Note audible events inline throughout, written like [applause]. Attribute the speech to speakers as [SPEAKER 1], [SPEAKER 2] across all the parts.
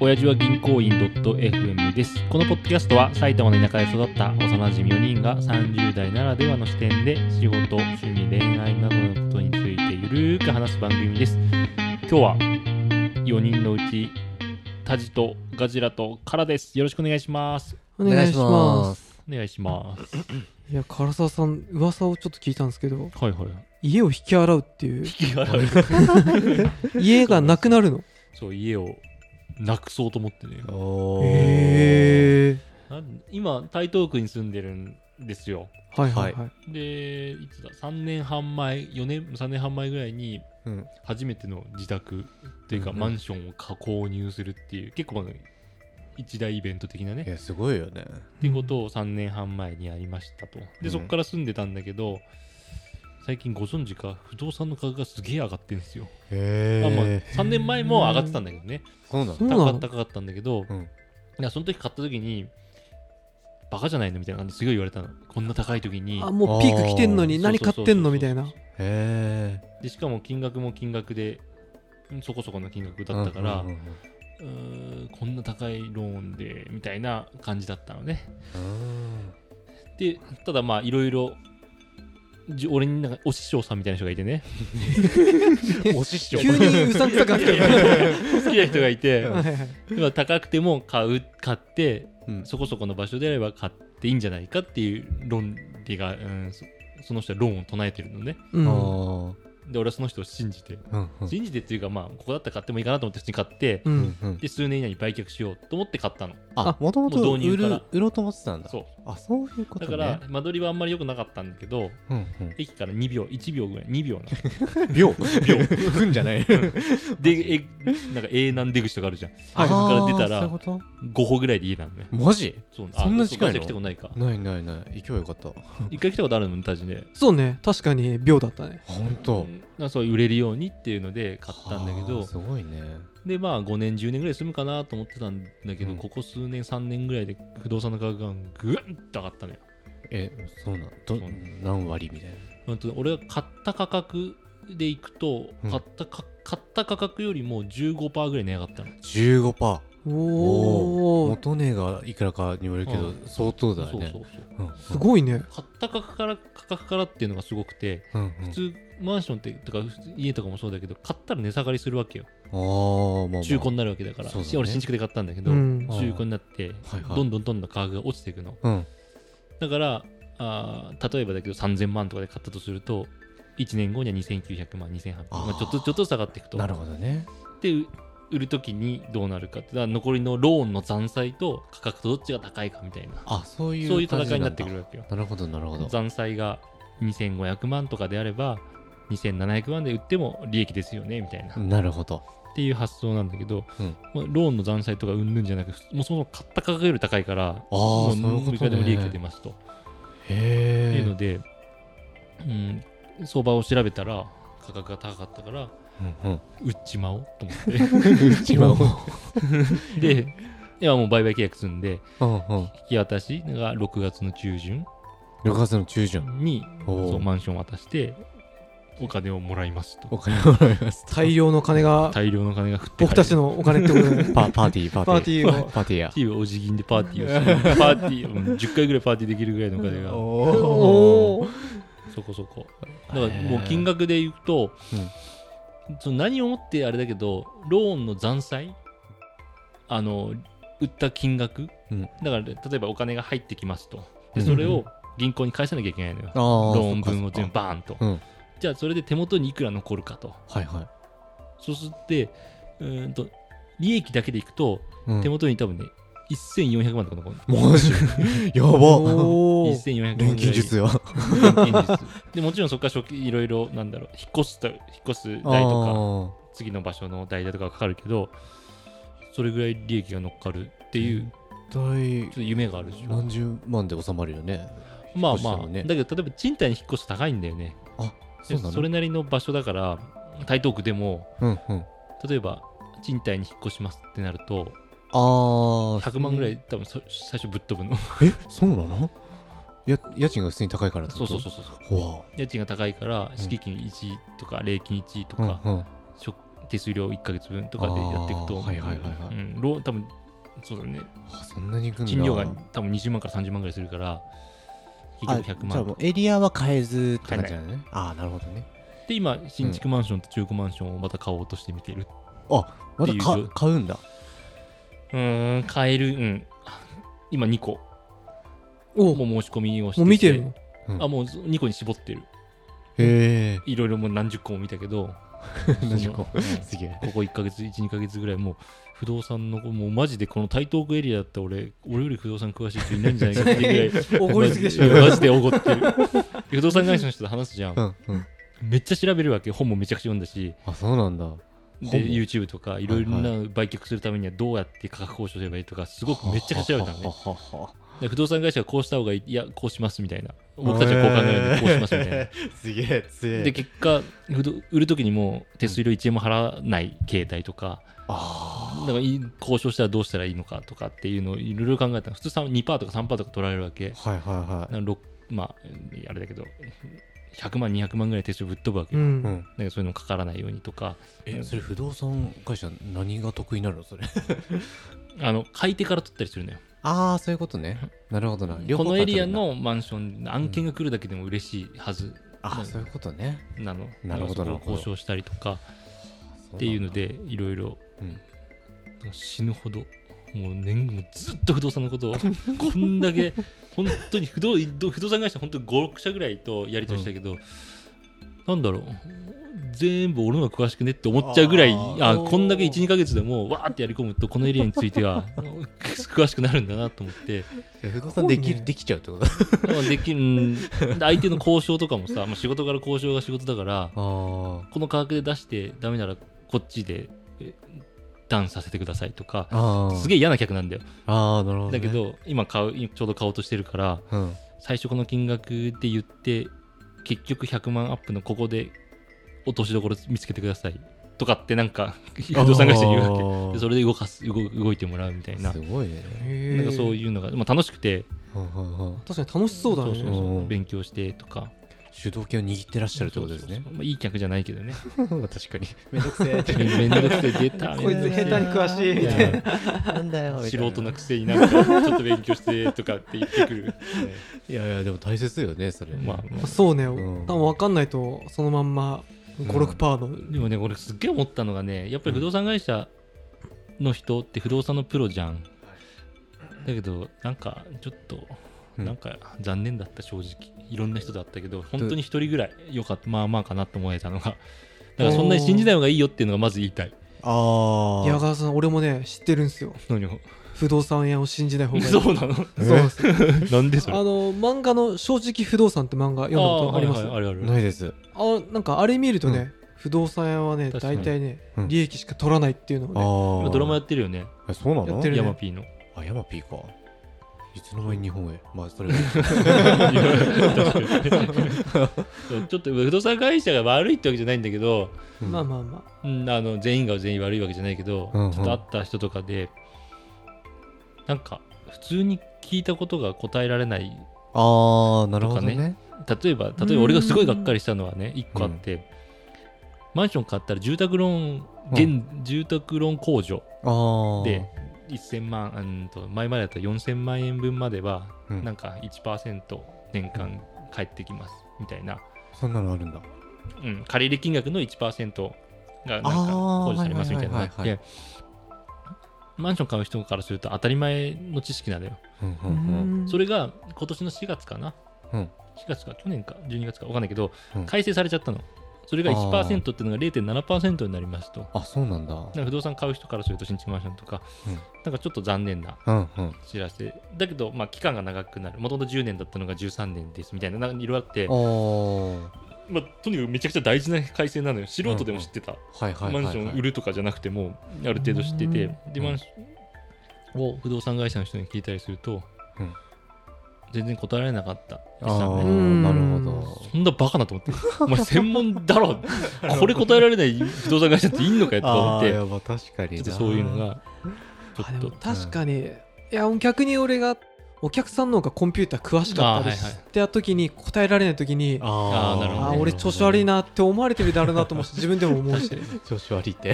[SPEAKER 1] 親父は銀行員 .fm です。このポッドキャストは埼玉の田舎で育った幼馴染4人が30代ならではの視点で仕事、趣味、恋愛などのことについてゆるーく話す番組です。今日は4人のうちタジとガジラとカラです。よろしくお願いします。
[SPEAKER 2] お願いします
[SPEAKER 1] す。お願いします。
[SPEAKER 2] いや唐沢さん噂をちょっと聞いたんですけど
[SPEAKER 1] はいはい。
[SPEAKER 2] 家を引き払うっていう
[SPEAKER 1] 引き払う。
[SPEAKER 2] 家がなくなるの
[SPEAKER 1] [laughs] そう、家をなくそうと思ってね。
[SPEAKER 3] おえ
[SPEAKER 2] へえ
[SPEAKER 1] なん今、台東区に住んでるんですよ。
[SPEAKER 2] はいはいはい、
[SPEAKER 1] でいつだ3年半前4年3年半前ぐらいに
[SPEAKER 3] うん
[SPEAKER 1] 初めての自宅っていうか、
[SPEAKER 3] うんうん
[SPEAKER 1] マンションをか購入するっていう結構まあ一大イベント的なね
[SPEAKER 3] いやすごいよ
[SPEAKER 1] っ
[SPEAKER 3] ね
[SPEAKER 1] ていうことを3年半前にやりましたと
[SPEAKER 3] う
[SPEAKER 1] で
[SPEAKER 3] ん
[SPEAKER 1] そこから住んでたんだけど、最近ご存知か不動産の価格がすげえ上がってるんですよ、
[SPEAKER 3] へ
[SPEAKER 1] あまあ、3年前も上がってたんだけどね、
[SPEAKER 3] そうなん
[SPEAKER 2] そうな
[SPEAKER 1] 高かっ
[SPEAKER 2] の
[SPEAKER 1] た高かったんだけど、
[SPEAKER 3] うん
[SPEAKER 1] いやその時買った時にバカじゃないのみたいな感じですごい言われたのこんな高い時に
[SPEAKER 2] あもうピーク来てんの
[SPEAKER 1] あ
[SPEAKER 2] に
[SPEAKER 1] ー
[SPEAKER 2] 何買ってんの
[SPEAKER 1] そうそうそうそう
[SPEAKER 2] みたいな
[SPEAKER 3] へえ
[SPEAKER 1] でしかも金額も金額でうんそこそこの金額だったから、うーんこんな高いローンでみたいな感じだったのねでただまあいろいろじ俺になんかお師匠さんみたいな人がいて
[SPEAKER 2] [laughs]
[SPEAKER 1] ねお師匠
[SPEAKER 2] 急にうさんくさくなってる
[SPEAKER 1] [laughs] 好きな人がいて
[SPEAKER 2] はいはいはい
[SPEAKER 1] まあ高くても買う買って
[SPEAKER 3] うん
[SPEAKER 1] そこそこの場所であれば買っていいんじゃないかっていう論理が、うんそその人は論を唱えてるのね
[SPEAKER 2] うん
[SPEAKER 3] あ
[SPEAKER 1] で俺はその人を信じて信じてっていうかまあここだったら買ってもいいかなと思って普通に買って
[SPEAKER 2] う
[SPEAKER 3] うんん
[SPEAKER 1] で数年以内に売却しようと思って買ったの
[SPEAKER 3] あもとも
[SPEAKER 1] も
[SPEAKER 3] と
[SPEAKER 1] う導入
[SPEAKER 3] 売
[SPEAKER 1] から
[SPEAKER 3] る売ろうと思ってたんだ
[SPEAKER 1] そう
[SPEAKER 3] あそういうこ
[SPEAKER 1] だ
[SPEAKER 3] と
[SPEAKER 1] か
[SPEAKER 3] ね
[SPEAKER 1] ら間取りはあんまり良くなかったんだけど
[SPEAKER 3] うんうん
[SPEAKER 1] 駅から2秒1秒ぐらい2秒な
[SPEAKER 3] [laughs] 秒
[SPEAKER 1] [laughs]
[SPEAKER 3] 秒分じゃない
[SPEAKER 1] でえなんか永南出口とかあるじゃん
[SPEAKER 3] あー
[SPEAKER 1] そこから出た
[SPEAKER 3] そうい
[SPEAKER 1] ら
[SPEAKER 3] うこと
[SPEAKER 1] 5歩ぐらいで家なのね
[SPEAKER 3] マジ
[SPEAKER 1] そう
[SPEAKER 3] そんな近い
[SPEAKER 1] あそう
[SPEAKER 3] の
[SPEAKER 1] か来たことないか
[SPEAKER 3] ないないない勢いよかった
[SPEAKER 1] 一回来たことあるのタジで
[SPEAKER 2] そうね確かに秒だったね
[SPEAKER 3] 本当
[SPEAKER 1] うんなんかそう売れるようにっていうので買ったんだけど
[SPEAKER 3] すごいね
[SPEAKER 1] でまあ5年10年ぐらい住むかなと思ってたんだけど、
[SPEAKER 3] うん
[SPEAKER 1] ここ数年3年ぐらいで不動産の価格がぐわんと上がったのよ
[SPEAKER 3] えそうなんど
[SPEAKER 1] そう
[SPEAKER 3] 何割みたいな
[SPEAKER 1] うんと俺が買った価格でいくと、
[SPEAKER 3] うん
[SPEAKER 1] 買ったか買った価格よりも15%ぐらい値上がったの
[SPEAKER 3] 15パー
[SPEAKER 2] おお
[SPEAKER 3] 元値がいくらかによるけど、
[SPEAKER 1] うん
[SPEAKER 3] 相当だよね
[SPEAKER 1] そうそうそう
[SPEAKER 3] うんうん
[SPEAKER 2] すごいね
[SPEAKER 1] 買った価格から価格からっていうのがすごくて
[SPEAKER 3] うんうん
[SPEAKER 1] 普通マンションってとか普通家とかもそうだけど買ったら値下がりするわけよ
[SPEAKER 3] あーまあ、まあ、
[SPEAKER 1] 中古になるわけだから
[SPEAKER 3] そうだね
[SPEAKER 1] し俺新築で買ったんだけど、
[SPEAKER 2] うん
[SPEAKER 1] 中古になって
[SPEAKER 3] はいはい
[SPEAKER 1] どんどんどんどん価格が落ちていくの
[SPEAKER 3] うん
[SPEAKER 1] だからあー例えばだけど3000万とかで買ったとすると1年後には2900万2800万
[SPEAKER 3] あー
[SPEAKER 1] まあ、ちょっとちょっと下がっていくと
[SPEAKER 3] なるほどね
[SPEAKER 1] でう売るときにどうなるかってだから残りのローンの残債と価格とどっちが高いかみたいな
[SPEAKER 3] あそういう
[SPEAKER 1] そういう
[SPEAKER 3] 感
[SPEAKER 1] 戦
[SPEAKER 3] じ
[SPEAKER 1] いになってくる
[SPEAKER 3] んだ
[SPEAKER 1] わけよ
[SPEAKER 3] なるほどなるほど
[SPEAKER 1] 残債が2500万とかであれば2700万で売っても利益ですよねみたいな、っ
[SPEAKER 3] なるほど
[SPEAKER 1] ていう発想なんだけど、
[SPEAKER 3] うん
[SPEAKER 1] まあローンの残債とかうんぬんじゃなくもうそもそも買った価格より高いから
[SPEAKER 3] あー
[SPEAKER 1] も
[SPEAKER 3] そういうことね
[SPEAKER 1] いくらでも利益が出ますと、ってい
[SPEAKER 3] へ
[SPEAKER 1] うの
[SPEAKER 3] え、
[SPEAKER 1] で、うん、相場を調べたら価格が高かったから
[SPEAKER 3] うんうん、
[SPEAKER 1] 売っちまおうと思
[SPEAKER 3] 内輪を
[SPEAKER 1] って [laughs] で今もう売買契約するんで
[SPEAKER 3] うんうん
[SPEAKER 1] 引き渡しが6月の中旬
[SPEAKER 3] 6月の中旬
[SPEAKER 1] に
[SPEAKER 3] おー
[SPEAKER 1] そうマンションを渡してお金をもらいますと
[SPEAKER 3] お金をもらいます
[SPEAKER 2] 大量の金が
[SPEAKER 1] 大量の金が降って
[SPEAKER 2] 僕たちのお金ってことだね
[SPEAKER 3] パパーティーパ
[SPEAKER 2] パー
[SPEAKER 3] ー
[SPEAKER 2] テ
[SPEAKER 3] テ
[SPEAKER 2] ィ
[SPEAKER 3] ィ
[SPEAKER 2] ー
[SPEAKER 3] ー
[SPEAKER 2] を
[SPEAKER 3] パーティーや
[SPEAKER 1] っていうお辞儀でパーティーをするパーティーうん10回ぐらいパーティーできるぐらいのお金が
[SPEAKER 3] お
[SPEAKER 2] おー
[SPEAKER 1] そこそこだからもう金額で言うと、その何をもってあれだけどローンの残債あの売った金額、
[SPEAKER 3] うん
[SPEAKER 1] だから例えばお金が入ってきますと
[SPEAKER 3] う
[SPEAKER 1] で
[SPEAKER 3] ん
[SPEAKER 1] それを銀行に返さなきゃいけないのよ、
[SPEAKER 3] あー
[SPEAKER 1] ローン分を
[SPEAKER 3] そっ
[SPEAKER 1] 全部
[SPEAKER 3] か
[SPEAKER 1] バーンと、
[SPEAKER 3] うん
[SPEAKER 1] じゃあそれで手元にいくら残るかと
[SPEAKER 3] そっかはいはい
[SPEAKER 1] そうすってうーんと利益だけでいくと、
[SPEAKER 3] うん
[SPEAKER 1] 手元に多分ね1400万とか残る
[SPEAKER 3] マジやば
[SPEAKER 2] おー
[SPEAKER 1] 1400万ぐらい
[SPEAKER 3] 錬金術や
[SPEAKER 1] 錬金術でもちろんそこから初期いろいろなんだろう引っ越すと引っ越す代とか次の場所の代だとかかかるけどそれぐらい利益が乗っかるっていう、ちょ
[SPEAKER 3] 大
[SPEAKER 1] っと夢があるでしょ
[SPEAKER 3] 何十万で収まるよね
[SPEAKER 1] まあ
[SPEAKER 3] 引っ越し
[SPEAKER 1] ま
[SPEAKER 3] た
[SPEAKER 1] あ、
[SPEAKER 3] のね
[SPEAKER 1] だけど例えば賃貸に引っ越すと高いんだよね
[SPEAKER 3] そ
[SPEAKER 1] で
[SPEAKER 3] うなの
[SPEAKER 1] れなりの場所だから台東区でも
[SPEAKER 3] うんうん
[SPEAKER 1] 例えば賃貸に引っ越しますってなると
[SPEAKER 3] あー
[SPEAKER 1] 100万ぐらい多分そ最初ぶっ飛ぶの
[SPEAKER 3] えそうなのや家賃が普通に高いからって
[SPEAKER 1] そ
[SPEAKER 3] こ
[SPEAKER 1] う
[SPEAKER 3] と
[SPEAKER 1] そうそうそう
[SPEAKER 3] ほわ
[SPEAKER 1] 家賃が高いから敷金1とか礼金1とか、
[SPEAKER 3] うんうん
[SPEAKER 1] 食手数料1ヶ月分とかでやっていくと、
[SPEAKER 3] あーはいはいはいはい
[SPEAKER 1] うんローン多分そうだね、
[SPEAKER 3] あそんなに行くんだ
[SPEAKER 1] 賃料が多分20万から30万ぐらいするから、
[SPEAKER 3] あ
[SPEAKER 1] 結
[SPEAKER 3] じ
[SPEAKER 1] 局100
[SPEAKER 3] ゃあ
[SPEAKER 1] 万
[SPEAKER 3] もう
[SPEAKER 1] と。
[SPEAKER 3] エリアは変えずって感じなんだねああなるほどね
[SPEAKER 1] で、今、新築マンションと中古マンションをまた買おうとしてみてる。
[SPEAKER 3] まだ
[SPEAKER 1] ってい
[SPEAKER 3] か
[SPEAKER 1] う
[SPEAKER 3] 買うんだ
[SPEAKER 1] うーん、買える、うん。今2個、
[SPEAKER 2] お
[SPEAKER 1] も
[SPEAKER 2] も
[SPEAKER 1] う申し込みをしてて
[SPEAKER 2] う見てるの、
[SPEAKER 1] あ、もう2個に絞ってる。
[SPEAKER 3] へえ
[SPEAKER 1] いろいろもう何十個も見たけど、
[SPEAKER 3] [laughs] 何十個
[SPEAKER 1] そのうん
[SPEAKER 3] すげえ
[SPEAKER 1] ここ1ヶ月、1、2ヶ月ぐらい、もう不動産の、もうマジでこの台東区エリアだったら俺、俺より不動産詳しい人いないんじゃないかっていうぐらい
[SPEAKER 3] [laughs]
[SPEAKER 2] 怒りすぎでしょ
[SPEAKER 1] マ [laughs] ジマジで怒ってる。不動産会社の人と話すじゃ。
[SPEAKER 3] うんんうん
[SPEAKER 1] めっちゃ調べるわけ、本もめちゃくちゃ読んだし、
[SPEAKER 3] あそうなんだ
[SPEAKER 1] で
[SPEAKER 3] 本も
[SPEAKER 1] YouTube とか、いろいろ
[SPEAKER 3] はい
[SPEAKER 1] な売却するためにはどうやって価格交渉すればいいとか、すごくめっちゃくちゃ調べたのね。
[SPEAKER 3] ね
[SPEAKER 1] で不動産会社はこうした方がいい、いや、こうしますみたいな。僕たちはこう考えるんで、こうしますみたいな。
[SPEAKER 3] なすげえ強
[SPEAKER 1] で、結果、不動売るときにもう手数料1円も払わない携帯とか、
[SPEAKER 3] あ
[SPEAKER 1] だからい交渉したらどうしたらいいのかとかっていうのをいろいろ考えたら普通3 2%とか3%とか取られるわけ
[SPEAKER 3] あはいはいは
[SPEAKER 1] なんかろくまああれだけど100万200万ぐらい手数ぶっ飛ぶわけ
[SPEAKER 2] う。
[SPEAKER 1] よ、
[SPEAKER 3] いうんん
[SPEAKER 1] なんかそういうのかからないようにとか
[SPEAKER 3] えそれ不動産会社何が得意なのそれ
[SPEAKER 1] あの買い手から取ったりするのよ
[SPEAKER 3] ああそういうことねなるほどな両
[SPEAKER 1] こ
[SPEAKER 3] 方
[SPEAKER 1] のエリア
[SPEAKER 3] から取るんだ
[SPEAKER 1] のマンション案件が来るだけでも嬉しいはず
[SPEAKER 3] あーそういうことね
[SPEAKER 1] なの、
[SPEAKER 3] なるほ
[SPEAKER 1] だからそこを
[SPEAKER 3] どなるほど
[SPEAKER 1] 交渉したりとかっていうの
[SPEAKER 3] で
[SPEAKER 1] でいろいろ
[SPEAKER 3] うん
[SPEAKER 1] 死ぬほどもう年もうずっと不動産のこと
[SPEAKER 3] [laughs]
[SPEAKER 1] をこんだけ本当に不動不動産会社本当に56社ぐらいとやり取りしたけど、なんだろう全部俺の方が詳しくねって思っちゃうぐらい
[SPEAKER 3] あ
[SPEAKER 1] あ
[SPEAKER 3] ー
[SPEAKER 1] こんだけ12か月でもわーってやり込むとこのエリアについて
[SPEAKER 3] [laughs]
[SPEAKER 1] は詳しくなるんだなと思って
[SPEAKER 3] 不動産で
[SPEAKER 2] す
[SPEAKER 3] き
[SPEAKER 2] ごい
[SPEAKER 3] る
[SPEAKER 2] ね
[SPEAKER 3] できちゃうってことあ
[SPEAKER 1] まあできうん相手の交渉とかもさ、まあ、仕事から交渉が仕事だから
[SPEAKER 3] あ
[SPEAKER 1] この価格で出してダメならこっちでえダウンさせてくださいとか
[SPEAKER 3] ああ
[SPEAKER 1] すげえ嫌な客なんだよ
[SPEAKER 3] ああなるほどね
[SPEAKER 1] だけど今買うちょうど買おうとしてるから
[SPEAKER 3] うん
[SPEAKER 1] 最初この金額で言って結局100万アップのここで落としどころ見つけてくださいとかってなんか不動産会社に言うわけでそれで動かす動動いてもらうみたいな
[SPEAKER 3] すごいね
[SPEAKER 2] へ
[SPEAKER 1] なんかそう
[SPEAKER 2] う。
[SPEAKER 1] いうのが、まあ、楽しくて
[SPEAKER 3] はいはいはい
[SPEAKER 2] 確かに楽しそうだ
[SPEAKER 1] そうそう
[SPEAKER 2] ね。
[SPEAKER 1] そう
[SPEAKER 3] うん
[SPEAKER 1] 勉強してとか
[SPEAKER 3] 主導権を握ってらっしゃるってことです
[SPEAKER 1] そう
[SPEAKER 3] ね
[SPEAKER 1] そう。そうまあ、いい客じゃないけどね
[SPEAKER 3] [laughs]
[SPEAKER 1] [laughs]
[SPEAKER 3] 確かに。めんどくせえ。
[SPEAKER 1] めめんどくせえ出た
[SPEAKER 2] こいつ下手に詳しいみたい
[SPEAKER 3] なんだよ
[SPEAKER 1] 素人なくせになんかちょっと勉強してとかって言ってくる、
[SPEAKER 3] いやいや、でも大切よね、それ。
[SPEAKER 1] まあ、まあ
[SPEAKER 2] そうね。多
[SPEAKER 3] うん
[SPEAKER 2] 分分かんないと、そのまんま5、
[SPEAKER 3] うん
[SPEAKER 2] 6パーの。
[SPEAKER 1] でもね、俺すっげえ思ったのがね、やっぱり不動産会社の人って不動産のプロじゃん。だけど、なんかちょっと、
[SPEAKER 3] うん
[SPEAKER 1] なんか残念だった、正直。いろんな人だったけど、本当に一人ぐらいよかった、まあまあかなと思えたのが。だからそんなに信じない方がいいよっていうのがまず言いたい。
[SPEAKER 3] あ
[SPEAKER 2] 矢川さん、俺もね、知ってるんですよ。
[SPEAKER 1] 何を
[SPEAKER 2] 不動産屋を信じない方がいい。
[SPEAKER 1] そうなの
[SPEAKER 2] そうなんですよ
[SPEAKER 1] [laughs] なんでそれ
[SPEAKER 2] あの漫画の「正直不動産」って漫画読んだことあります
[SPEAKER 1] ーはいはいあるある。
[SPEAKER 3] ないです。
[SPEAKER 2] あなんかあれ見るとね、不動産屋はね
[SPEAKER 1] 確かに
[SPEAKER 2] 大体ね、
[SPEAKER 3] うん
[SPEAKER 2] 利益しか取らないっていうのを
[SPEAKER 3] あ
[SPEAKER 2] ね
[SPEAKER 1] 今
[SPEAKER 3] あ。
[SPEAKER 1] ドラマやってるよね、
[SPEAKER 3] えそうな
[SPEAKER 2] や
[SPEAKER 3] の
[SPEAKER 2] ってるね
[SPEAKER 1] ヤマピーの。
[SPEAKER 3] あ、ヤマピーか。いつの間に日本へ。まあ、それは。
[SPEAKER 1] いや確かにそうちょっと不動産会社が悪いってわけじゃないんだけど、
[SPEAKER 2] まあ
[SPEAKER 3] あ。
[SPEAKER 2] まあま
[SPEAKER 1] うん、あの全員が全員悪いわけじゃないけど、
[SPEAKER 3] うんうん
[SPEAKER 1] ちょっと会った人とかでなんか普通に聞いたことが答えられない
[SPEAKER 3] あー、なるほど
[SPEAKER 1] とか
[SPEAKER 3] ね。
[SPEAKER 1] 例えば例えば俺がすごいがっかりしたのはね1個あって、マンション買ったら住宅ローン現、住宅ローン控除
[SPEAKER 3] ああ。
[SPEAKER 1] で、1000万うんと前までだったら4000万円分までは
[SPEAKER 3] うん
[SPEAKER 1] なんか1%年間返ってきますみたいな、
[SPEAKER 3] そんなのあるんだ。
[SPEAKER 1] うん、借り入れ金額の1%がなんか
[SPEAKER 3] あー
[SPEAKER 1] 控除されますみたいなのがあっ
[SPEAKER 3] はいはい
[SPEAKER 1] てマンション買う人からすると当たり前の知識なのよ、
[SPEAKER 3] うん
[SPEAKER 2] あ、
[SPEAKER 3] うん
[SPEAKER 1] それが今年の4月かな、
[SPEAKER 3] うん
[SPEAKER 1] 4月か去年か12月か分かんないけど、
[SPEAKER 3] うん
[SPEAKER 1] 改正されちゃったのそれが
[SPEAKER 3] あー
[SPEAKER 1] 1%っていうのが0.7%になりますと
[SPEAKER 3] あ、そうなんだ。
[SPEAKER 1] なんか不動産買う人からすると新築マンションとか、
[SPEAKER 3] うん
[SPEAKER 1] なんかちょっと残念な
[SPEAKER 3] うんうん。
[SPEAKER 1] 知らせだけど、まあ、期間が長くなるもともと10年だったのが13年ですみたいななんかいろいろあって
[SPEAKER 3] あ
[SPEAKER 1] まあ、とにかくめちゃくちゃ大事な改正なのよ素人でも知ってた、
[SPEAKER 3] あ。はいはいはいはい。
[SPEAKER 1] マンション売るとかじゃなくてもある程度知ってて、でマンションを不動産会社の人に聞いたりすると、
[SPEAKER 3] うん
[SPEAKER 1] 全然答えられなかった
[SPEAKER 3] ああ
[SPEAKER 2] う
[SPEAKER 3] ー、
[SPEAKER 2] ん
[SPEAKER 3] なるほど。
[SPEAKER 1] そんなバカなと思ってお前専門だ
[SPEAKER 3] [laughs]
[SPEAKER 1] ろこれ答えられない不動産会社っていんのかよと思
[SPEAKER 3] あ
[SPEAKER 1] っ
[SPEAKER 3] あ
[SPEAKER 1] て
[SPEAKER 3] ー、
[SPEAKER 1] ちょ
[SPEAKER 3] やば、確かに
[SPEAKER 1] っ
[SPEAKER 3] な。
[SPEAKER 1] とそういうのがちょ
[SPEAKER 2] あ
[SPEAKER 1] っ
[SPEAKER 2] でも
[SPEAKER 1] と
[SPEAKER 2] 確かに、いや逆に俺がお客さんの方がコンピューター詳しかっ
[SPEAKER 1] あーはい
[SPEAKER 2] たり
[SPEAKER 1] はい
[SPEAKER 2] してた時に答えられない時にあ
[SPEAKER 1] あーなるほど
[SPEAKER 2] あ
[SPEAKER 1] ね
[SPEAKER 2] ー俺調子悪いなって思われてるだろうなと
[SPEAKER 1] [laughs]
[SPEAKER 2] 思うし自分でも思うし
[SPEAKER 3] 調子悪いって。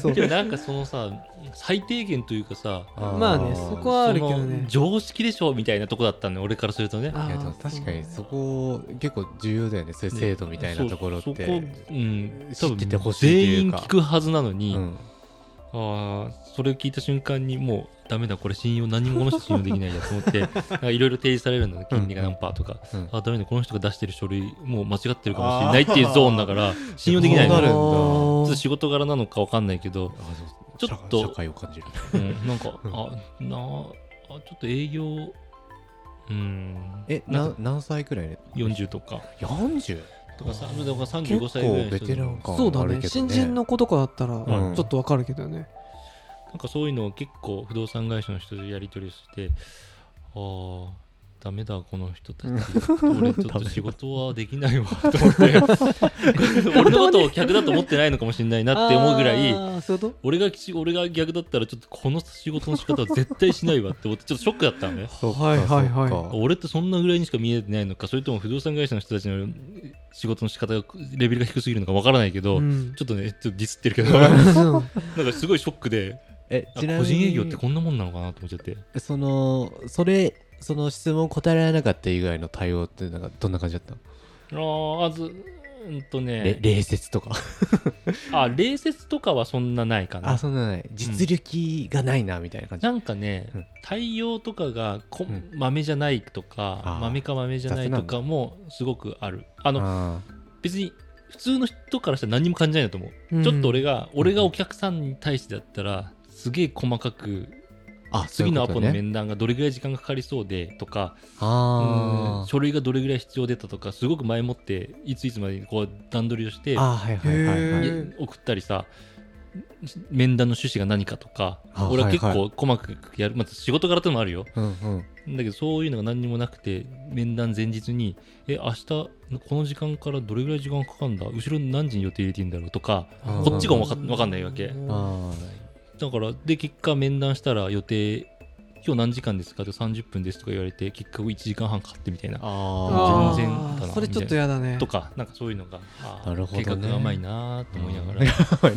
[SPEAKER 2] そう
[SPEAKER 1] でもなんかそのさ最低限というかさ
[SPEAKER 2] まあねそこはあるけどね
[SPEAKER 1] その常識でしょみたいなとこだったんで俺からするとね
[SPEAKER 2] あ
[SPEAKER 3] いやでも確かにそこ結構重要だよねそういう制度みたいなところっ
[SPEAKER 1] そ
[SPEAKER 3] て、
[SPEAKER 1] そこうん多分
[SPEAKER 3] 知っててほしいというか
[SPEAKER 1] 全員聞くはずなのに、
[SPEAKER 3] うん
[SPEAKER 1] ああそれを聞いた瞬間にもうダメだこれ信用何もこの人信用できないやと思って
[SPEAKER 3] [laughs]
[SPEAKER 1] なんかいろいろ提示されるのね金利が何パーとか、
[SPEAKER 3] うん
[SPEAKER 1] あダメだこの人が出してる書類もう間違ってるかもしれないっていうゾーンだから信用できない
[SPEAKER 3] そうなるんだ
[SPEAKER 1] の
[SPEAKER 2] あー
[SPEAKER 1] 仕事柄なのか分かんないけど、
[SPEAKER 3] あ
[SPEAKER 1] ち
[SPEAKER 3] そう
[SPEAKER 1] ょっと
[SPEAKER 3] 社社会を感じる
[SPEAKER 1] うん、なんかあなあちょっと営業うん
[SPEAKER 3] え
[SPEAKER 1] な
[SPEAKER 3] なん
[SPEAKER 1] か
[SPEAKER 3] 何歳くらいで
[SPEAKER 1] 40とか
[SPEAKER 3] 40?
[SPEAKER 1] とかさだから
[SPEAKER 3] 結
[SPEAKER 1] 35歳ぐらいの
[SPEAKER 3] 構
[SPEAKER 1] 人
[SPEAKER 3] ベ
[SPEAKER 1] で
[SPEAKER 3] テラン感
[SPEAKER 2] そうだ
[SPEAKER 3] ある
[SPEAKER 2] ね
[SPEAKER 3] けど
[SPEAKER 2] 新人の子とかだったら
[SPEAKER 1] うん
[SPEAKER 2] ちょっとわかるけどね、
[SPEAKER 1] なんかそういうのを結構不動産会社の人とやり取りしてああダメだこの
[SPEAKER 2] [laughs]
[SPEAKER 1] 人たち俺ちょっと仕事はできないわと思って俺のことを客だと思ってないのかもしれないなって思うぐらい
[SPEAKER 2] あーそういうこと
[SPEAKER 1] 俺がき俺が逆だったらちょっとこの仕事の仕方は絶対しないわって思ってちょっとショックだったのね
[SPEAKER 3] そっか
[SPEAKER 2] はいはいはい
[SPEAKER 3] そっか
[SPEAKER 1] 俺ってそんなぐらいにしか見えてないのかそれとも不動産会社の人たちの仕事の仕方がレベルが低すぎるのかわからないけど、
[SPEAKER 2] うん
[SPEAKER 1] ちょっとねちょっとディスってる
[SPEAKER 2] [laughs]
[SPEAKER 1] けどなんか
[SPEAKER 2] うん
[SPEAKER 1] すごいショックで
[SPEAKER 3] え
[SPEAKER 1] あ
[SPEAKER 3] ちなみに
[SPEAKER 1] 個人営業ってこんなもんなのかなと思っちゃって
[SPEAKER 3] そのそれその質問答えられなかった以外の対応ってなんかどんな感じだったの、
[SPEAKER 1] あーあずうんと
[SPEAKER 3] れ
[SPEAKER 1] ね
[SPEAKER 3] 礼節とか
[SPEAKER 1] あ礼節とかはそんなないか
[SPEAKER 3] [laughs]
[SPEAKER 1] な
[SPEAKER 3] あそんなない実力がないなみたいな感じ、
[SPEAKER 1] なんかね、
[SPEAKER 3] うん
[SPEAKER 1] 対応とかがこ、
[SPEAKER 3] うん
[SPEAKER 1] 豆じゃないとか
[SPEAKER 3] あー
[SPEAKER 1] 豆か豆じゃないとかもすごくあるあの
[SPEAKER 3] あ
[SPEAKER 1] 別に普通の人からしたら何も感じないんだと思う、
[SPEAKER 2] うん
[SPEAKER 1] ちょっと俺が俺がお客さんに対してだったらすげえ細かく
[SPEAKER 3] ーあ
[SPEAKER 1] 次のアポの
[SPEAKER 3] そういう
[SPEAKER 1] 面談がどれぐらい時間がかかりそうでとか
[SPEAKER 3] ことね
[SPEAKER 1] うん
[SPEAKER 3] あー
[SPEAKER 1] 書類がどれぐらい必要でとかすごく前もっていついつまでにこう段取りをして
[SPEAKER 3] あーはいはいはいはい
[SPEAKER 2] へー
[SPEAKER 1] で送ったりさ面談の趣旨が何かとか
[SPEAKER 3] あ
[SPEAKER 1] 俺は
[SPEAKER 3] はい
[SPEAKER 1] 結
[SPEAKER 3] はい
[SPEAKER 1] 構細かくやる、まあ、仕事柄ってのもあるよ
[SPEAKER 3] うんうん
[SPEAKER 1] だけどそういうのが何にもなくて面談前日にえ明日この時間からどれぐらい時間かかるんだ後ろに何時に予定入れていいんだろうとか
[SPEAKER 3] あー
[SPEAKER 1] こっちがわかわかんないわけ
[SPEAKER 3] あ
[SPEAKER 1] だからで結果面談したら予定今日何時間ですかって30分ですとか言われて結局1時間半かかってみたいな
[SPEAKER 2] あ
[SPEAKER 3] あ
[SPEAKER 2] ー
[SPEAKER 1] 全然だな
[SPEAKER 2] それちょっとやだね
[SPEAKER 1] とかなんかそういうのがあー
[SPEAKER 3] なるほどね
[SPEAKER 1] 計画が甘いなーと思いながら、
[SPEAKER 3] [laughs]
[SPEAKER 2] そういう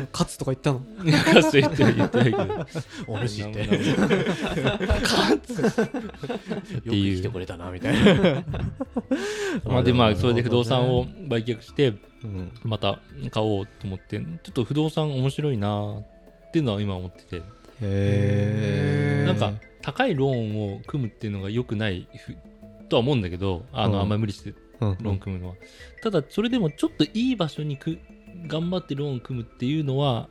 [SPEAKER 2] の勝つとか言ったの
[SPEAKER 1] [laughs] いやかつて言って言ってないけど
[SPEAKER 3] [laughs] お主っ
[SPEAKER 1] な
[SPEAKER 3] てよ
[SPEAKER 1] んもない
[SPEAKER 3] く生きてくれたなみた [laughs] いな
[SPEAKER 1] まあでまあそれで不動産を売却して
[SPEAKER 3] うん
[SPEAKER 1] また買おうと思ってちょっと不動産面白いなっていうのは今思ってて
[SPEAKER 3] へえ
[SPEAKER 1] なんか高いローンを組むっていうのが良くないふとは思うんだけどあの、
[SPEAKER 3] うん
[SPEAKER 1] あんまり無理して
[SPEAKER 3] うん
[SPEAKER 1] ローン組むのは、ただそれでもちょっといい場所にく頑張ってローン組むっていうのは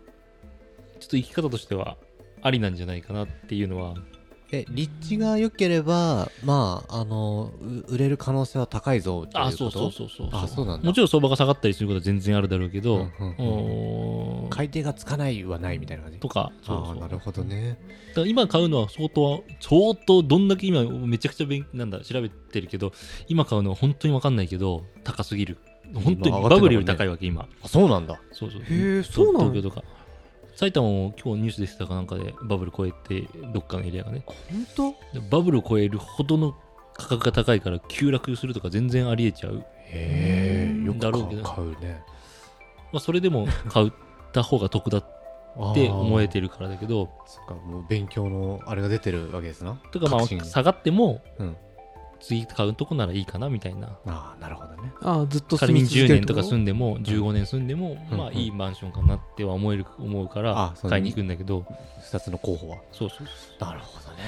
[SPEAKER 1] ちょっと生き方としてはありなんじゃないかなっていうのは
[SPEAKER 3] え立地が良ければまああのう売れる可能性は高いぞっていうこと
[SPEAKER 1] あそうそうそうそう
[SPEAKER 3] あそうなんだ
[SPEAKER 1] もちろん相場が下がったりすることは全然あるだろうけど、
[SPEAKER 3] うんうんうん
[SPEAKER 1] おー
[SPEAKER 3] 買い手がつかないはないみたいな感じ
[SPEAKER 1] とかそう
[SPEAKER 3] あ
[SPEAKER 1] そ
[SPEAKER 3] あ
[SPEAKER 1] う
[SPEAKER 3] なるほどね
[SPEAKER 1] だから今買うのは相当相当どんだけ今めちゃくちゃ勉なんだ調べてるけど今買うのは本当に分かんないけど高すぎる本当
[SPEAKER 3] 今上がってんだ
[SPEAKER 1] に
[SPEAKER 3] もんね
[SPEAKER 1] バブルより高いわけ今
[SPEAKER 3] あそうなんだ
[SPEAKER 1] そうそう
[SPEAKER 2] へえ
[SPEAKER 1] 東
[SPEAKER 2] そうなの
[SPEAKER 1] 東京とか埼玉も今日ニュースでしたかなんかでバブル超えてどっかのエリアがね
[SPEAKER 2] 本
[SPEAKER 1] でバブルを超えるほどの価格が高いから急落するとか全然ありえちゃう、
[SPEAKER 3] へえよく
[SPEAKER 1] だ
[SPEAKER 3] 買
[SPEAKER 1] ろうけど
[SPEAKER 3] う買うね
[SPEAKER 1] まあ、それで
[SPEAKER 3] [laughs]
[SPEAKER 1] も買った方が得だっ
[SPEAKER 3] あ
[SPEAKER 1] て
[SPEAKER 3] ー
[SPEAKER 1] 思えてるからだけど
[SPEAKER 3] そっかもう勉強のあれが出てるわけですな
[SPEAKER 1] とかま
[SPEAKER 3] 確信
[SPEAKER 1] あ下がっても
[SPEAKER 3] うん
[SPEAKER 1] 次買うとこならいいかなみたいな
[SPEAKER 3] ああなるほどね
[SPEAKER 2] 当ああずっと
[SPEAKER 1] 仮
[SPEAKER 2] 住み
[SPEAKER 1] に
[SPEAKER 2] 続け
[SPEAKER 1] 10
[SPEAKER 2] るっ
[SPEAKER 1] 年
[SPEAKER 2] て
[SPEAKER 1] と
[SPEAKER 2] こ
[SPEAKER 1] か住んでも15年住んでも、
[SPEAKER 3] うん
[SPEAKER 1] まあ
[SPEAKER 3] うん
[SPEAKER 1] いいマンションかなっては思える思うから
[SPEAKER 3] あそうね
[SPEAKER 1] 買いに行くんだけど
[SPEAKER 3] 2つの候補は
[SPEAKER 1] そうそう
[SPEAKER 3] なるほどね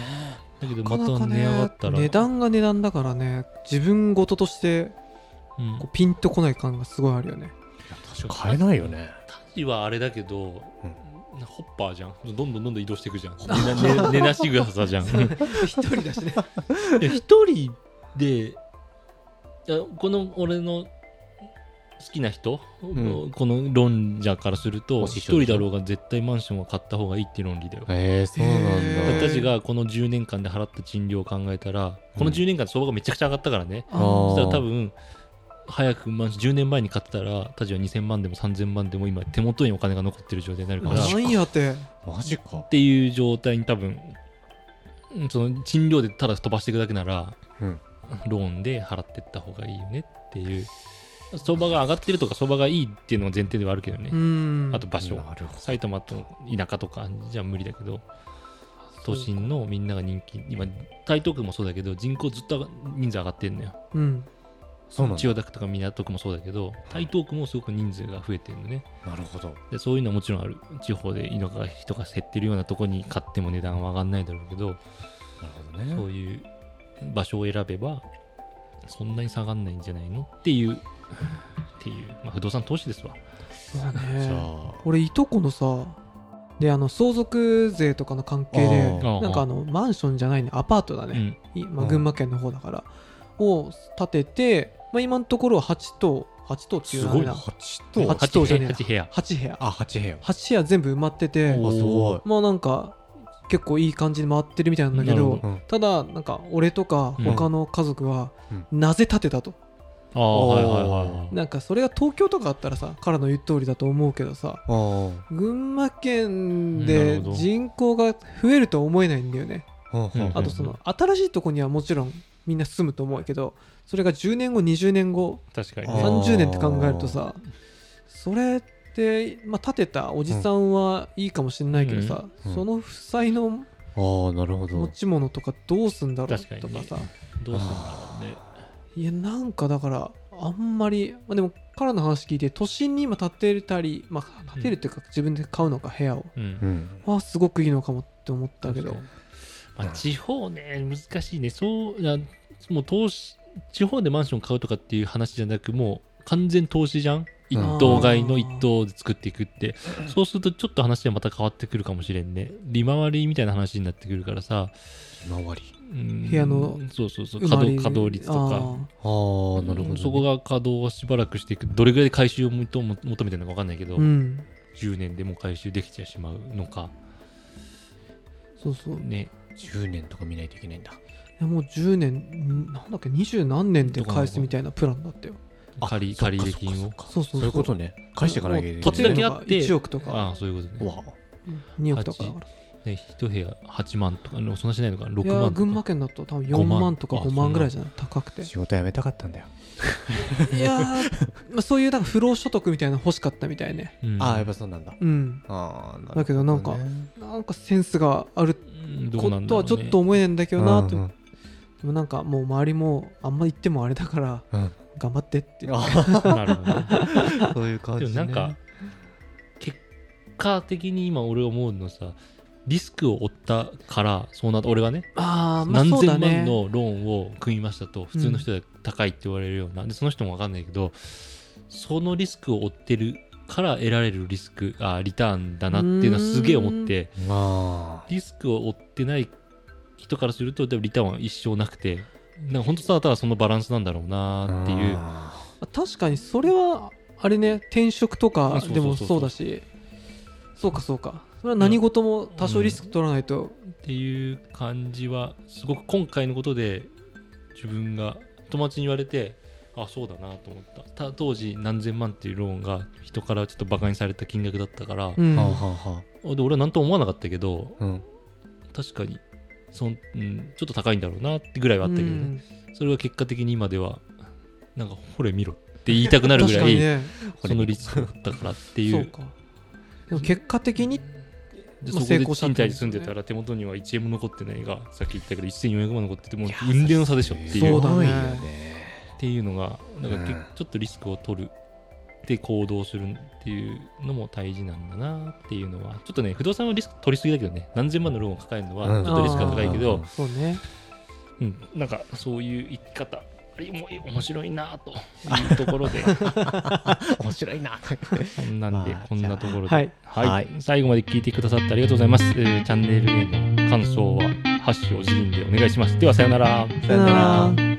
[SPEAKER 1] だけど
[SPEAKER 2] な
[SPEAKER 1] ま
[SPEAKER 2] か
[SPEAKER 1] た
[SPEAKER 2] なか
[SPEAKER 1] 値上がったら、
[SPEAKER 2] ね値段が値段だからね自分事として
[SPEAKER 1] うん
[SPEAKER 2] こうピンとこない感がすごいあるよね
[SPEAKER 3] 買えないよね
[SPEAKER 1] タジはあれだけど、
[SPEAKER 3] う
[SPEAKER 1] ホッパーじゃんどんどんどんどん移動していくじゃん寝な寝寝なし草じゃんい [laughs]
[SPEAKER 2] 一人だしね
[SPEAKER 1] や一人でいやこの俺の好きな人、
[SPEAKER 3] ん
[SPEAKER 1] この論者からすると
[SPEAKER 3] お
[SPEAKER 1] 一
[SPEAKER 3] 師匠で
[SPEAKER 1] 人
[SPEAKER 3] しょ
[SPEAKER 1] だろうが絶対マンションは買った方がいいっていう論理だよ
[SPEAKER 3] [laughs] へえそうなん
[SPEAKER 2] へ
[SPEAKER 3] だ
[SPEAKER 2] ー
[SPEAKER 1] 私がこの10年間で払った賃料を考えたら、この10年間で相場がめちゃくちゃ上がったからね、
[SPEAKER 3] あー
[SPEAKER 1] そしたら多分早くマンション10年前に買ってたらたちは2000万でも3000万でも今手元にお金が残ってる状態になるから
[SPEAKER 3] マジか
[SPEAKER 1] っ
[SPEAKER 2] 何やって
[SPEAKER 3] マジか
[SPEAKER 1] ていう状態に多分うんその賃料でただ飛ばしていくだけなら、
[SPEAKER 3] うん
[SPEAKER 1] ローンで払ってった方がいいよねっていう相場が上がってるとか相場がいいっていうのが前提ではあるけどね、
[SPEAKER 2] うん
[SPEAKER 1] あと場所
[SPEAKER 3] なるほど
[SPEAKER 1] 埼玉と田舎とかじゃ無理だけど都心のみんなが人気今台東区もそうだけど人口ずっと人数上がってんのよ
[SPEAKER 2] うん
[SPEAKER 3] そうなんだ
[SPEAKER 1] 千代田区とか港区もそうだけど台東区もすごく人数が増えてるのね
[SPEAKER 3] なるほど
[SPEAKER 1] でそういうのはもちろんある地方で田舎が人が減ってるようなとこに買っても値段は上がんないだろうけど
[SPEAKER 3] なるほどね
[SPEAKER 1] そういう場所を選べば、そんなに下がんないんじゃないのっていう、っていう、まあ、不動産投資ですわ。
[SPEAKER 2] まあ
[SPEAKER 3] じゃ
[SPEAKER 2] ね
[SPEAKER 3] あ
[SPEAKER 2] 俺いとこのさであの相続税とかの関係
[SPEAKER 3] あ
[SPEAKER 2] で
[SPEAKER 1] ー
[SPEAKER 2] なんかあのマンションじゃないねアパートだ
[SPEAKER 1] う
[SPEAKER 2] ね、
[SPEAKER 1] ん。
[SPEAKER 2] いまあ、群馬県の方だから、を建てて、まあ、今のところ8棟8棟っていう
[SPEAKER 3] す
[SPEAKER 2] のはあ
[SPEAKER 3] ご
[SPEAKER 2] れ
[SPEAKER 3] い
[SPEAKER 2] だ
[SPEAKER 3] 8
[SPEAKER 2] そう
[SPEAKER 3] と
[SPEAKER 2] 八棟じゃねえな
[SPEAKER 1] 8部屋。
[SPEAKER 2] 8部屋
[SPEAKER 3] あ八部屋
[SPEAKER 2] 8部屋全部埋まってて
[SPEAKER 1] お
[SPEAKER 3] あすごい
[SPEAKER 2] まあなんか結構いい感じに回ってるみたいなんだけど
[SPEAKER 1] なるほ
[SPEAKER 3] うん
[SPEAKER 2] ただなんか俺とか
[SPEAKER 1] うん
[SPEAKER 2] 他の家族は、
[SPEAKER 3] うん
[SPEAKER 2] なぜ建てたと
[SPEAKER 1] ああ、はいはいはいはい。
[SPEAKER 2] なんかそれが東京とかあったらさからの言う通りだと思うけどさ
[SPEAKER 3] あー
[SPEAKER 2] 群馬県
[SPEAKER 1] なる
[SPEAKER 2] で
[SPEAKER 1] ほど
[SPEAKER 2] 人口が増えるとは思えないんだよね
[SPEAKER 3] ほうほう
[SPEAKER 1] うん
[SPEAKER 3] ほ
[SPEAKER 2] あ
[SPEAKER 3] う
[SPEAKER 2] とその新しいとこにはもちろんみんな住むと思うけどそれが10年後20年後
[SPEAKER 1] 確かに
[SPEAKER 3] あー
[SPEAKER 1] ね。
[SPEAKER 2] 30年って考えるとさそれって、まあ、建てたおじさんはいいかもしれないけどさ、
[SPEAKER 3] うんうん
[SPEAKER 2] その負債の
[SPEAKER 3] ああなるほど
[SPEAKER 2] 持ち物とかどうすんだろう
[SPEAKER 1] 確かに
[SPEAKER 2] とかさ
[SPEAKER 1] どうするんだろうね。
[SPEAKER 2] いやなんかだからあんまり、まあ、でもカラの話聞いて都心に今建てたり、まあ、建てるっていうか自分で買うのか部屋を
[SPEAKER 1] う。
[SPEAKER 3] うんん
[SPEAKER 2] はすごくいいのかもって思ったけど
[SPEAKER 1] 確かにまあ、地方ね、難しいね。そう、なもう投資、地方でマンション買うとかっていう話じゃなく、もう完全投資じゃん。一棟買いの一棟で作っていくって。そうするとちょっと話はまた変わってくるかもしれんね。利回りみたいな話になってくるからさ。
[SPEAKER 3] ひまわり
[SPEAKER 1] うん
[SPEAKER 2] 部屋の
[SPEAKER 1] そうそうそう
[SPEAKER 2] 埋
[SPEAKER 1] 稼
[SPEAKER 2] ま
[SPEAKER 1] 働
[SPEAKER 2] り
[SPEAKER 1] 稼働率とか
[SPEAKER 3] ああなるほどね
[SPEAKER 1] そこが稼働をしばらくしていくどれぐらい回収をもとも求めてるのか分かんないけ
[SPEAKER 2] あ
[SPEAKER 1] ど、
[SPEAKER 2] ーうん
[SPEAKER 1] 10年でもう回収できてしまうのか
[SPEAKER 2] そうそうい
[SPEAKER 1] ね
[SPEAKER 3] 10年とか見ないといけないんだ
[SPEAKER 2] やもう10年んなんだっけ二十何年で返すみたいなプランだったよ
[SPEAKER 3] あ
[SPEAKER 1] 借
[SPEAKER 3] そっか
[SPEAKER 1] 借入金
[SPEAKER 3] そ
[SPEAKER 1] を
[SPEAKER 3] っか
[SPEAKER 2] そうそう
[SPEAKER 3] そういうことね返していかなきゃいけない
[SPEAKER 1] 土地だけあって
[SPEAKER 2] 1億とか
[SPEAKER 1] ああそういうこと
[SPEAKER 3] う
[SPEAKER 1] ね
[SPEAKER 3] わ
[SPEAKER 2] 2億とかだから
[SPEAKER 1] ね一部屋8万とかあのそんなしないのか6万
[SPEAKER 2] いや
[SPEAKER 1] とか
[SPEAKER 2] 群馬県だと多分4万とか
[SPEAKER 1] 5
[SPEAKER 2] 5
[SPEAKER 1] 万
[SPEAKER 2] 万ぐらいじゃない高くて
[SPEAKER 3] 仕事辞めたかったんだよ
[SPEAKER 2] いやーまあそういうなんか不労所得みたいなの欲しかったみたいね
[SPEAKER 1] うん
[SPEAKER 3] ああやっぱそうなんだ
[SPEAKER 2] うん
[SPEAKER 3] ああ
[SPEAKER 2] だけどなんかなんかセンスがある
[SPEAKER 1] うんどう
[SPEAKER 2] こ
[SPEAKER 1] なんだ
[SPEAKER 2] と
[SPEAKER 1] ろう
[SPEAKER 2] は
[SPEAKER 1] ね
[SPEAKER 2] ちょっと思えないんだけどなと
[SPEAKER 3] うん
[SPEAKER 2] でもなんかもう周りもあんま言ってもあれだから
[SPEAKER 3] うん
[SPEAKER 2] 頑張ってって
[SPEAKER 3] あー
[SPEAKER 1] なるほどね
[SPEAKER 3] そういう感
[SPEAKER 1] で
[SPEAKER 3] じ
[SPEAKER 1] も
[SPEAKER 3] ね
[SPEAKER 1] なんか結果的に今俺思うのさリスクを負ったからそうなった俺がね
[SPEAKER 2] ああまあ
[SPEAKER 1] 何
[SPEAKER 2] そうだ
[SPEAKER 1] 千
[SPEAKER 2] ね
[SPEAKER 1] 万のローンを組みましたと普通の人で高いって言われるような、でその人も分かんないけどそのリスクを負ってるから得られるリスクあリターンだなっていうのはすげえ思って
[SPEAKER 3] ま
[SPEAKER 1] リスクを負ってない人からするとでもリターンは一生なくてなんか本当ただただそのバランスなんだろう
[SPEAKER 3] あ
[SPEAKER 1] なっていう
[SPEAKER 3] あ
[SPEAKER 2] 確かにそれはあれね転職と
[SPEAKER 1] あ
[SPEAKER 2] か
[SPEAKER 1] そうそう
[SPEAKER 2] でも
[SPEAKER 1] そうそ
[SPEAKER 2] そううだしそうかそうかそれは何事も多少リスク取らないと
[SPEAKER 1] っていう感じはすごく今回のことで自分が友達に言われてあそうだなと思ったた当時何千万っていうローンが人からちょっと馬鹿にされた金額だったから、
[SPEAKER 2] う
[SPEAKER 3] ー
[SPEAKER 2] ん
[SPEAKER 3] はあはあは
[SPEAKER 1] で俺は何とも思わなかったけど
[SPEAKER 3] あうん
[SPEAKER 1] 確かにそん、うん、ちょっと高いんだろうなってぐらいはあったけどね、それは結果的に今ではなんかほれ見ろって言いたくなるぐ
[SPEAKER 2] 確
[SPEAKER 1] ら
[SPEAKER 2] かに
[SPEAKER 1] い
[SPEAKER 2] ね
[SPEAKER 1] その率だったからってい
[SPEAKER 2] そう
[SPEAKER 1] う
[SPEAKER 2] かでも結果的に
[SPEAKER 1] で
[SPEAKER 2] ま
[SPEAKER 1] そ
[SPEAKER 2] あ
[SPEAKER 1] こで
[SPEAKER 2] 成功した
[SPEAKER 1] 賃
[SPEAKER 2] ってこと
[SPEAKER 1] 貸
[SPEAKER 2] ね
[SPEAKER 1] に住んでたら手元には1円も残ってないがさっき言ったけど1400万残っててもう運命の差でしょって
[SPEAKER 2] い
[SPEAKER 1] いう
[SPEAKER 2] や
[SPEAKER 1] っ
[SPEAKER 2] そうだね
[SPEAKER 3] すごいよね
[SPEAKER 1] ていうのがなんかけ
[SPEAKER 3] うん
[SPEAKER 1] ちょっとリスクを取るで行動するっていうのも大事なんだなっていうのはちょっとね不動産はリスク取りすぎだけどね何千万のローンを抱えるの
[SPEAKER 3] う
[SPEAKER 1] は
[SPEAKER 3] ん
[SPEAKER 1] ちょっとリスクが高いけ
[SPEAKER 3] うん
[SPEAKER 1] ど、
[SPEAKER 2] そうね
[SPEAKER 1] うんなんかそういう生き方あれも面白いなというところ
[SPEAKER 2] [laughs]
[SPEAKER 1] で
[SPEAKER 3] 面白いな
[SPEAKER 1] こんなんで
[SPEAKER 3] まあ
[SPEAKER 1] こんなところで。
[SPEAKER 2] はい
[SPEAKER 1] はい、
[SPEAKER 3] はい
[SPEAKER 1] 最後まで聞いてくださってありがとうございます。えーチャンネルへの感想は、ハッシュをジリンでお願いします。では、さようなら。
[SPEAKER 2] さよなら